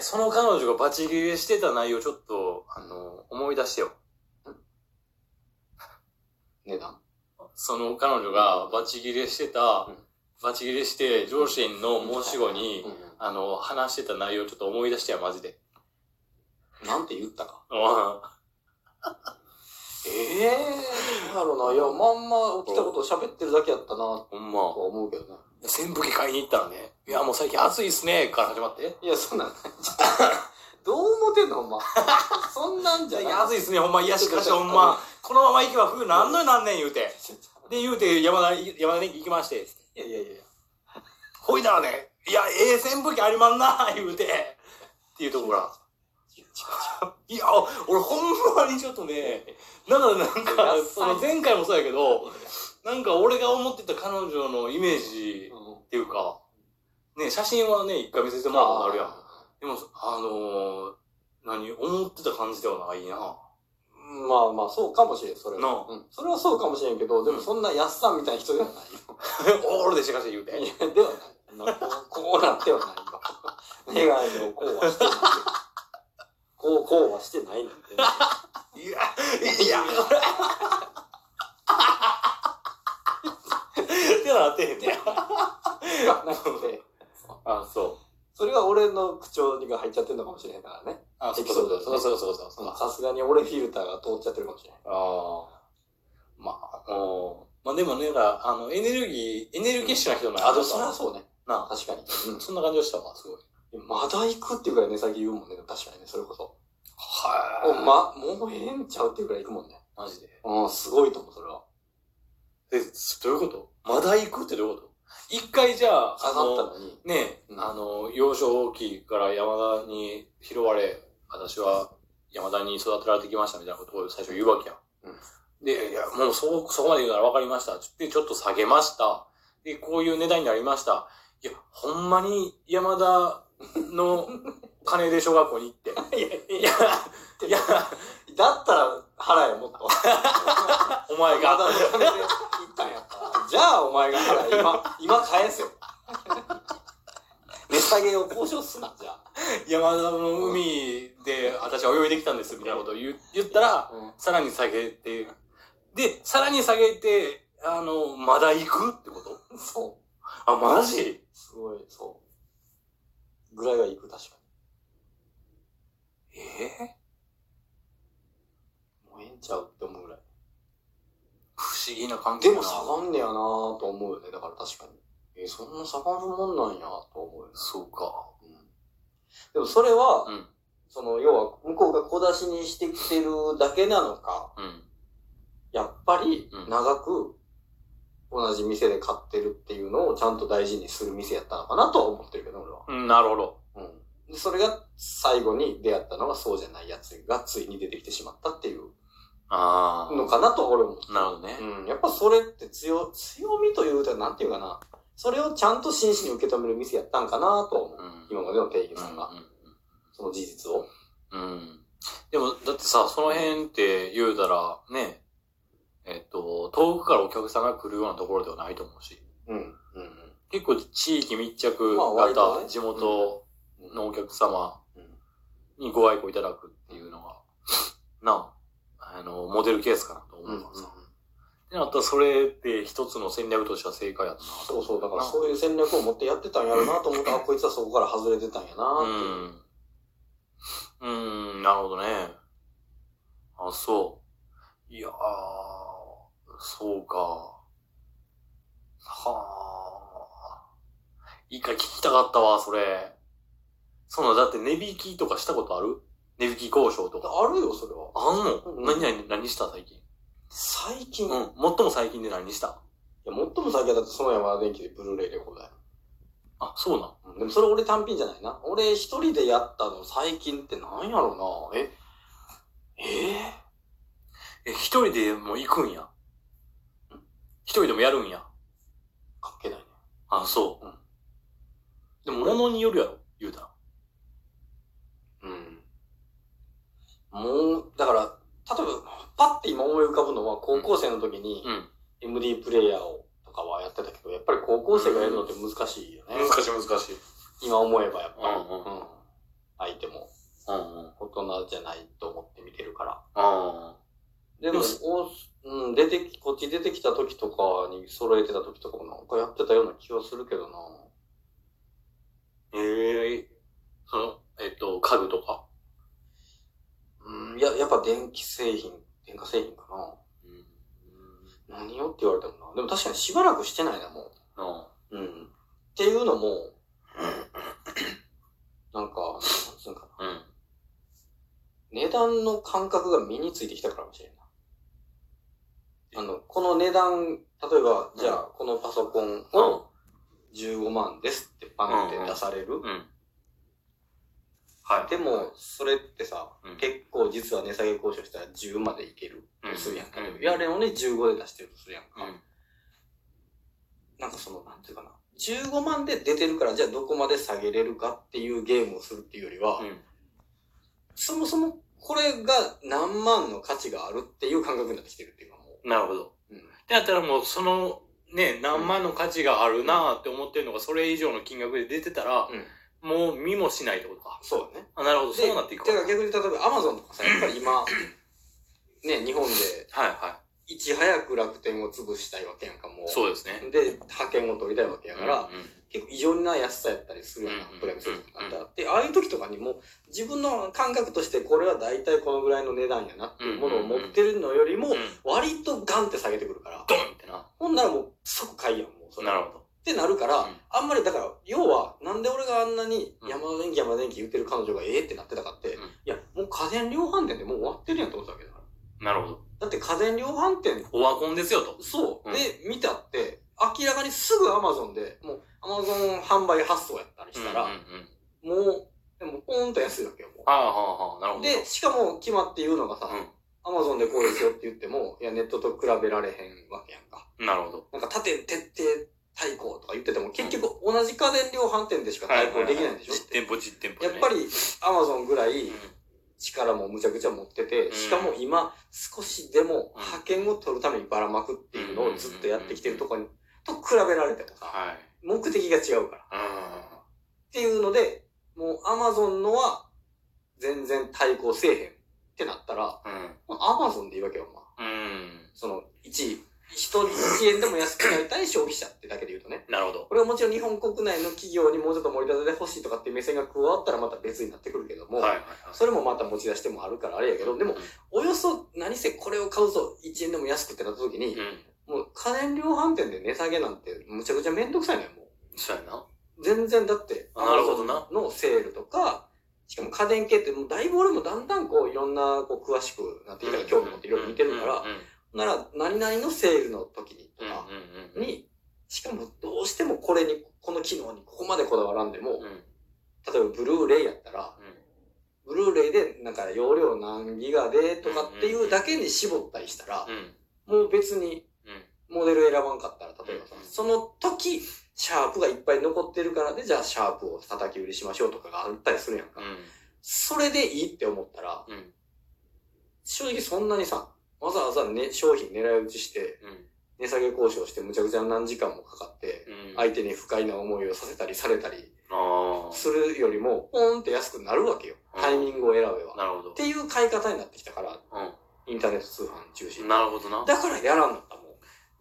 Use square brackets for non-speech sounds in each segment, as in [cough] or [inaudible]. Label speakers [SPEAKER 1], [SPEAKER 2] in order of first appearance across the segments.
[SPEAKER 1] その彼女がバチ切れしてた内容ちょっと、あの、思い出してよ。
[SPEAKER 2] 値段。
[SPEAKER 1] その彼女がバチ切れしてた
[SPEAKER 2] うん、
[SPEAKER 1] バチ切れして上司の申し子に
[SPEAKER 2] う、ん
[SPEAKER 1] あの、話してた内容ちょっと思い出してよ、マジで。
[SPEAKER 2] うん。なんて言ったか。
[SPEAKER 1] う
[SPEAKER 2] ええー、なんやろな。いや、まんま起きたことを喋ってるだけやったな、と
[SPEAKER 1] んほんま
[SPEAKER 2] は。思うけどな。
[SPEAKER 1] 扇風機買いに行ったらね、いや、もう最近暑いっすね、から始まって。
[SPEAKER 2] いや、そんなんない。 [laughs] どう思ってんの、ほんま。 [laughs] そんなんじゃ
[SPEAKER 1] い
[SPEAKER 2] ない。
[SPEAKER 1] や、暑いっすね、ほんま。いや、しかしほん
[SPEAKER 2] ちょっ
[SPEAKER 1] ま、このまま行けば冬なんのよなんねん言うて。
[SPEAKER 2] ちょっと
[SPEAKER 1] で、言うて山田、山田に行きまして。
[SPEAKER 2] いやいやいや。
[SPEAKER 1] ほいだらね、いや、ええ扇風機ありまんな、言うて。っていうところが。いや、俺ほんまにちょっとね、なんか、なんか
[SPEAKER 2] いや、
[SPEAKER 1] その前回もそうやけど、なんか俺が思ってた彼女のイメージっていうか、ね、写真はね、一回見せてもらうことあるやん。でも、あのー、何思ってた感じではない [laughs] な。
[SPEAKER 2] うんまあまあ、そうかもしれん、それは。
[SPEAKER 1] なあ
[SPEAKER 2] うんそれはそうかもしれんけど、でもそんな安さんみたいな人ではないよ。
[SPEAKER 1] オールでしかし言うて。
[SPEAKER 2] いや、ではない。なんかこうこう [laughs] なっては [laughs] ないよ。眼鏡をこうはしてないよ。こう、こうはしてないなん [laughs] て。
[SPEAKER 1] いや、いや、 [laughs] これ。ってなってへんね。
[SPEAKER 2] なくて。
[SPEAKER 1] あ、そう。
[SPEAKER 2] それが俺の口調が入っちゃってるのかもしれへんからね。
[SPEAKER 1] あ、そう
[SPEAKER 2] エピ
[SPEAKER 1] そ
[SPEAKER 2] ソー
[SPEAKER 1] う
[SPEAKER 2] ド
[SPEAKER 1] そうそうそうそうそう。あ
[SPEAKER 2] さすがに俺フィルターが通っちゃってるかもしれない。
[SPEAKER 1] あ。まあ、おまあでもね、らあの、エネルギー、エネルギッシュな人なんや
[SPEAKER 2] あ、でもそれはそうね。
[SPEAKER 1] な
[SPEAKER 2] 確かに。
[SPEAKER 1] あそんな感じがしたわ、すごい。
[SPEAKER 2] まだ行くっていうぐらい値下げ言うもんね。確かにね、それこそ。
[SPEAKER 1] は
[SPEAKER 2] おま、もうええんちゃうっていうぐらい行くもんね。
[SPEAKER 1] マジで。
[SPEAKER 2] うん、すごいと思う、それは。
[SPEAKER 1] え、どういうことまだ行くってどういうこと一回じゃあ、
[SPEAKER 2] 下
[SPEAKER 1] あ
[SPEAKER 2] が
[SPEAKER 1] の
[SPEAKER 2] ったのに。
[SPEAKER 1] ねえ、
[SPEAKER 2] うん
[SPEAKER 1] あの、幼少期から山田に拾われ、私は山田に育てられてきましたみたいなことを最初言うわけや。ん、で、いや、もうそ、そこまで言うなら分かりました。で、ちょっと下げました。で、こういう値段になりました。いや、ほんまに山田の金で小学校に行って。
[SPEAKER 2] [laughs] いやい
[SPEAKER 1] いや、いや、
[SPEAKER 2] だったら払えよ、もっと。
[SPEAKER 1] お前
[SPEAKER 2] まだ
[SPEAKER 1] が、
[SPEAKER 2] お金で行ったんやから。じゃあお前が払
[SPEAKER 1] [laughs]
[SPEAKER 2] え。今、今返せよ。値下げを交渉すな、じゃあ。
[SPEAKER 1] 山田の海で私は泳いできたんですみたいなことを言う言ったら、さらに下げて、で、さらに下げて、あの、まだ行くってこと
[SPEAKER 2] そ
[SPEAKER 1] あ、マジ
[SPEAKER 2] う。すごい、そう。ぐらいは行く、確か
[SPEAKER 1] ええ
[SPEAKER 2] に。もうええんちゃうって思うぐらい。
[SPEAKER 1] 不思議な関係
[SPEAKER 2] で
[SPEAKER 1] や
[SPEAKER 2] も
[SPEAKER 1] な
[SPEAKER 2] 下がんねやなぁと思うよね、だから確かに。えー、そんな下がるもんなんやと思うよね。
[SPEAKER 1] そうか。
[SPEAKER 2] うんでもそれは、
[SPEAKER 1] うん。
[SPEAKER 2] その、要は、向こうが小出しにしてきてるだけなのか、
[SPEAKER 1] うん。
[SPEAKER 2] やっぱり
[SPEAKER 1] うん
[SPEAKER 2] 長く同じ店で買ってるっていうのをちゃんと大事にする店やったのかなとは思ってるけど、俺は。
[SPEAKER 1] うん、なるほど。
[SPEAKER 2] うん。でそれが最後に出会ったのがそうじゃないやつがついに出てきてしまったっていう
[SPEAKER 1] あ
[SPEAKER 2] のかなと俺は思う。
[SPEAKER 1] あ。なるほどね。
[SPEAKER 2] うん。やっぱそれって強、強みというとなんていうかな。それをちゃんと真摯に受け止める店やったんかなとは思う。
[SPEAKER 1] うん。
[SPEAKER 2] 今までの店員さんが、
[SPEAKER 1] う
[SPEAKER 2] その事実を。
[SPEAKER 1] ん。うん。うんでも、だってさ、その辺って言うたら、ね、えっと、遠くからお客さんが来るようなところではないと思うし、
[SPEAKER 2] うん。うん
[SPEAKER 1] 結構地域密着
[SPEAKER 2] まあ割と
[SPEAKER 1] 型、
[SPEAKER 2] ね
[SPEAKER 1] 地元
[SPEAKER 2] うん。うん
[SPEAKER 1] のお客様
[SPEAKER 2] うん
[SPEAKER 1] にご愛顧いただくっていうのが、 [laughs] なあ、あの、モデルケースかなと思
[SPEAKER 2] うん
[SPEAKER 1] う
[SPEAKER 2] うん
[SPEAKER 1] からさ。で、あとそれって一つの戦略としては正解やったなと
[SPEAKER 2] そうそう、だから
[SPEAKER 1] な
[SPEAKER 2] そういう戦略を持ってやってたんやろなと思って、あ、こいつはそこから外れてたんやなっていう。
[SPEAKER 1] うん。うん、なるほどね。あ、そう。いやー、そうか。はー。一回聞きたかったわ、それ。その、だって値引きとかしたことある値引き交渉とか。
[SPEAKER 2] あるよ、それは。
[SPEAKER 1] あんの、
[SPEAKER 2] うん
[SPEAKER 1] 何何何した最近。
[SPEAKER 2] 最近、
[SPEAKER 1] うん。
[SPEAKER 2] いや、
[SPEAKER 1] 最も最近で何した
[SPEAKER 2] 最も最近はだって、その山田電機でブルーレイレコーだよ。
[SPEAKER 1] あ、そうなん。
[SPEAKER 2] うんでもそれ俺単品じゃないな。俺一人でやったの最近ってなんやろうな。えええ
[SPEAKER 1] え、一人でも行くんや。一人でもやるんや。
[SPEAKER 2] 関係ないね。
[SPEAKER 1] あ、そう。
[SPEAKER 2] うん
[SPEAKER 1] でも、物によるやろ、言うたら。
[SPEAKER 2] うん。もう、だから、例えば、パッて今思い浮かぶのは、高校生の時に
[SPEAKER 1] ん。
[SPEAKER 2] MD プレイヤーをとかはやってたけど、やっぱり高校生がやるのって難しいよね。
[SPEAKER 1] しい難しい。
[SPEAKER 2] 今思えばやっぱり、
[SPEAKER 1] うんうん
[SPEAKER 2] 相手画じゃないと思って見てるから。
[SPEAKER 1] あ
[SPEAKER 2] でも、
[SPEAKER 1] よし
[SPEAKER 2] おうん、出てき、こっち出てきた時とかに揃えてた時とかもなんかやってたような気はするけどな。
[SPEAKER 1] あ。ええその、えっと、家具とか。
[SPEAKER 2] うん、いや、やっぱ電気製品、電化製品か
[SPEAKER 1] うん。
[SPEAKER 2] な。何よって言われてもな。でも確かにしばらくしてないな、も
[SPEAKER 1] あ
[SPEAKER 2] う。うん。っていうのも、なんか、なんつうんかな。
[SPEAKER 1] あ。うん。
[SPEAKER 2] 値段の感覚が身についてきたからかもしれんな。あの、この値段、例えば、じゃあ、このパソコンを15万ですってパンって出される。
[SPEAKER 1] うん。はい。
[SPEAKER 2] でも、、それってさ、
[SPEAKER 1] うん
[SPEAKER 2] 結構実は値下げ交渉したら10までいける
[SPEAKER 1] うん
[SPEAKER 2] するやんか。
[SPEAKER 1] うん
[SPEAKER 2] いや、あれをね、15で出してるとするやん
[SPEAKER 1] う
[SPEAKER 2] か。
[SPEAKER 1] ん。
[SPEAKER 2] なんかその、なんていうかな。15万で出てるから、じゃあどこまで下げれるかっていうゲームをするっていうよりは、
[SPEAKER 1] うん。
[SPEAKER 2] そもそもこれが何万の価値があるっていう感覚になってきてるっていうかも
[SPEAKER 1] なるほど。
[SPEAKER 2] う。うん
[SPEAKER 1] だったらもう、その、ね、何万の価値があるなって思ってるのが、それ以上の金額で出てたら、
[SPEAKER 2] うん、
[SPEAKER 1] もう見もしないってことか。
[SPEAKER 2] そうだね。
[SPEAKER 1] あ、なるほど。
[SPEAKER 2] で
[SPEAKER 1] そうなっていく
[SPEAKER 2] だ
[SPEAKER 1] わ
[SPEAKER 2] から逆に例えばアマゾンとかさ、やっぱり今、ね、日本で
[SPEAKER 1] はいはい
[SPEAKER 2] ち早く楽天を潰したいわけやんか、も
[SPEAKER 1] い。
[SPEAKER 2] う。
[SPEAKER 1] そうですね。
[SPEAKER 2] で、派遣を取りたいわけやから、
[SPEAKER 1] うんうん
[SPEAKER 2] 結構異常な安さやったりするような
[SPEAKER 1] うん
[SPEAKER 2] プレミアムとか
[SPEAKER 1] う
[SPEAKER 2] だって、ああいう時とかにも自分の感覚としてこれは大体このぐらいの値段やなっていうものを持ってるのよりも
[SPEAKER 1] うん、
[SPEAKER 2] 割とガンって下げてくるから、
[SPEAKER 1] ドンってな。
[SPEAKER 2] ほんならもう即買いやん、もうそれ。
[SPEAKER 1] なる
[SPEAKER 2] っ
[SPEAKER 1] ほど。
[SPEAKER 2] てなるから、
[SPEAKER 1] うん
[SPEAKER 2] あんまりだから、要は、なんで俺があんなに
[SPEAKER 1] うん
[SPEAKER 2] 山田電機山田電機言ってる彼女がええってなってたかって、
[SPEAKER 1] うん
[SPEAKER 2] いや、もう家電量販店でもう終わってるやんと思ってたわけだから。
[SPEAKER 1] なるほど。
[SPEAKER 2] だって家電量販店、
[SPEAKER 1] オワコンですよと。
[SPEAKER 2] そう、
[SPEAKER 1] うん
[SPEAKER 2] で、見たって、明らかにすぐアマゾンで、もうアマゾン販売発送やったりしたら、
[SPEAKER 1] うんうんうん
[SPEAKER 2] もう、でもポーンと安いわけよ、も
[SPEAKER 1] はあはあはあ、なるほ
[SPEAKER 2] う。
[SPEAKER 1] ど。
[SPEAKER 2] で、しかも決まって言うのがさ、アマゾンでこうですよって言っても、いや、ネットと比べられへんわけやんか。
[SPEAKER 1] うん。なるほど。
[SPEAKER 2] なんか縦徹底対抗とか言ってても、結局同じ家電量販店でしか対抗できないんでしょ、
[SPEAKER 1] 実店舗実店舗
[SPEAKER 2] や
[SPEAKER 1] で
[SPEAKER 2] っ
[SPEAKER 1] ね。
[SPEAKER 2] ぱりアマゾンぐらい
[SPEAKER 1] うん、
[SPEAKER 2] 力もむちゃくちゃ持ってて、
[SPEAKER 1] ん
[SPEAKER 2] しかも今少しでも
[SPEAKER 1] うん
[SPEAKER 2] 派遣を取るためにばらまくっていうのをずっとやってきてるとこに、と比べられてもさ、
[SPEAKER 1] はい。
[SPEAKER 2] 目的が違うから。っ
[SPEAKER 1] うん。
[SPEAKER 2] ていうので、もうアマゾンのは全然対抗せえへんってなったら、
[SPEAKER 1] う
[SPEAKER 2] アマゾンでいいわけよ、まあ。
[SPEAKER 1] ん。
[SPEAKER 2] その1位、人1円でも安くなりたい消費者ってだけで言うとね。
[SPEAKER 1] なるほど。
[SPEAKER 2] これはもちろん日本国内の企業にもうちょっと盛り立ててほしいとかっていう目線が加わったらまた別になってくるけども、
[SPEAKER 1] はいはいはい。
[SPEAKER 2] それもまた持ち出してもあるからあれやけど、でも、およそ何せこれを買うぞ1円でも安くってなった時
[SPEAKER 1] う、ん。
[SPEAKER 2] にもう家電量販店で値下げなんてむちゃくちゃめんどくさいのよ、も
[SPEAKER 1] そうやな。
[SPEAKER 2] う。全然だって、
[SPEAKER 1] あなるほどな
[SPEAKER 2] Amazon のセールとか、しかも家電系ってもうだいぶ俺もだんだんこういろんなこう詳しくなってきたら興味持っていろいろ見てるから
[SPEAKER 1] うん、うん
[SPEAKER 2] なら何々のセールの時にとか
[SPEAKER 1] うんうん。
[SPEAKER 2] に、しかもどうしてもこれに、この機能にここまでこだわらんで
[SPEAKER 1] う
[SPEAKER 2] も、
[SPEAKER 1] ん、うんうん。
[SPEAKER 2] 例えばブルーレイやったら、ブルーレイでなんか容量何ギガでとかっていうだけに絞ったりしたら
[SPEAKER 1] う、ん。
[SPEAKER 2] もう別に
[SPEAKER 1] うん。
[SPEAKER 2] モデル選ばんかったら、例えばさ
[SPEAKER 1] う、ん
[SPEAKER 2] その時、シャープがいっぱい残ってるからで、じゃあシャープを叩き売りしましょうとかがあったりするやんか。それでいいって思ったら、
[SPEAKER 1] うん。
[SPEAKER 2] 正直そんなにさ、わざわざね、商品狙い撃ちして、値下げ交渉してむちゃくちゃ何時間もかかって、
[SPEAKER 1] うん。
[SPEAKER 2] 相手に不快な思いをさせたりされたり
[SPEAKER 1] あ
[SPEAKER 2] するよりも、ポーンって安くなるわけよ。
[SPEAKER 1] うん
[SPEAKER 2] タイミングを選べば
[SPEAKER 1] あ。。なるほど
[SPEAKER 2] っ。ていう買い方になってきたから、
[SPEAKER 1] う
[SPEAKER 2] インターネット通販中心
[SPEAKER 1] ん。。なるほどな。
[SPEAKER 2] だからやらんのかも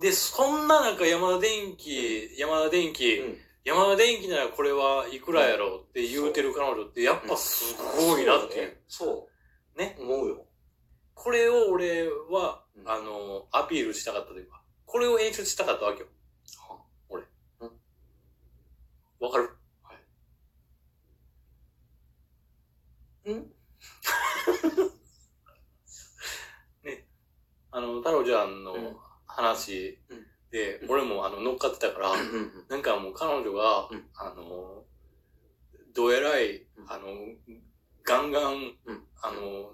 [SPEAKER 1] で、そんな中、山田電機、山田電
[SPEAKER 2] う。
[SPEAKER 1] 機、
[SPEAKER 2] うん。
[SPEAKER 1] 山田電機ならこれはいくらやろうって言うてる彼女って、やっぱすごいなっていう。
[SPEAKER 2] そう。
[SPEAKER 1] ね。
[SPEAKER 2] 思うよ。
[SPEAKER 1] これを俺は
[SPEAKER 2] う、ん
[SPEAKER 1] あの、アピールしたかったというか、これを演出したかったわけよ
[SPEAKER 2] は。
[SPEAKER 1] 俺
[SPEAKER 2] うん。
[SPEAKER 1] わかる [laughs]
[SPEAKER 2] うん
[SPEAKER 1] あの、太郎ちゃんの
[SPEAKER 2] うん
[SPEAKER 1] 話で
[SPEAKER 2] う、ん
[SPEAKER 1] 俺もあの乗っかってたから、なんかもう彼女が
[SPEAKER 2] うん、
[SPEAKER 1] あの、どえらい
[SPEAKER 2] うん、
[SPEAKER 1] あの、ガンガン
[SPEAKER 2] うん、
[SPEAKER 1] あの、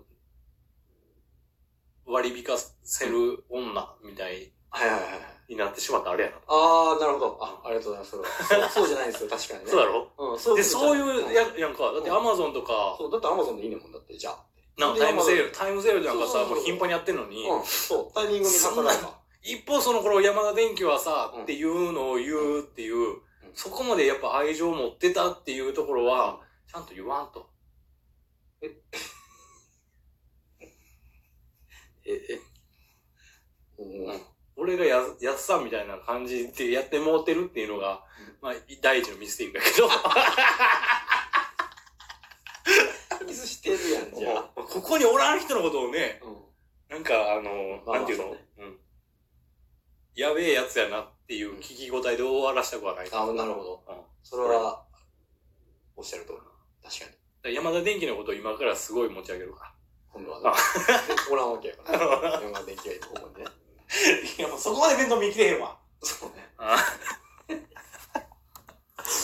[SPEAKER 1] 割り引かせる女みたい
[SPEAKER 2] はいはいはいはい。
[SPEAKER 1] になってしまったあれやな。
[SPEAKER 2] あー、なるほど。あ、ありがとうございます。それはそうそうじ [laughs] ゃないですよ、確かにね。
[SPEAKER 1] そうやろ
[SPEAKER 2] うん、そう
[SPEAKER 1] で、そういう
[SPEAKER 2] や、
[SPEAKER 1] や、やんか。だってアマゾンとか、
[SPEAKER 2] そう、だってアマゾンでいいねんもんだって、じゃあ。
[SPEAKER 1] なんかタイムセー
[SPEAKER 2] ル。
[SPEAKER 1] ル、タイムセールなんか
[SPEAKER 2] そう
[SPEAKER 1] さ、
[SPEAKER 2] そうそう
[SPEAKER 1] もう頻繁にやってんのに、
[SPEAKER 2] うん、そう、タイミング見計らえば。
[SPEAKER 1] 一方その頃山田電機はさ
[SPEAKER 2] うん、
[SPEAKER 1] っていうのを言うっていう、そこまでやっぱ愛情を持ってたっていうところは、ちゃんと言わんと。
[SPEAKER 2] え、え、うん、
[SPEAKER 1] 俺がや、やっさんみたいな感じでやってもうてるっていうのが、まあ、第一のミステイクだけど。
[SPEAKER 2] 水してるやん、じゃあ。
[SPEAKER 1] [laughs] ここにおらん人のことをね、
[SPEAKER 2] うん。
[SPEAKER 1] なんか、あの、
[SPEAKER 2] まあ
[SPEAKER 1] なんていうの、
[SPEAKER 2] そうね
[SPEAKER 1] うん。やべえやつやなっていう聞き応えで終わらしたくはない。
[SPEAKER 2] あ、なるほど。
[SPEAKER 1] うん
[SPEAKER 2] それは、おっしゃる通り。確か
[SPEAKER 1] だ
[SPEAKER 2] に。
[SPEAKER 1] から山田電機のことを今からすごい持ち上げるか。
[SPEAKER 2] 今度はね。おらんわけやか
[SPEAKER 1] [laughs]
[SPEAKER 2] ら。 [laughs] 山田電機がいいと思うね。
[SPEAKER 1] いや、もうそこまで弁当見切れへんわ。
[SPEAKER 2] そうね。
[SPEAKER 1] あ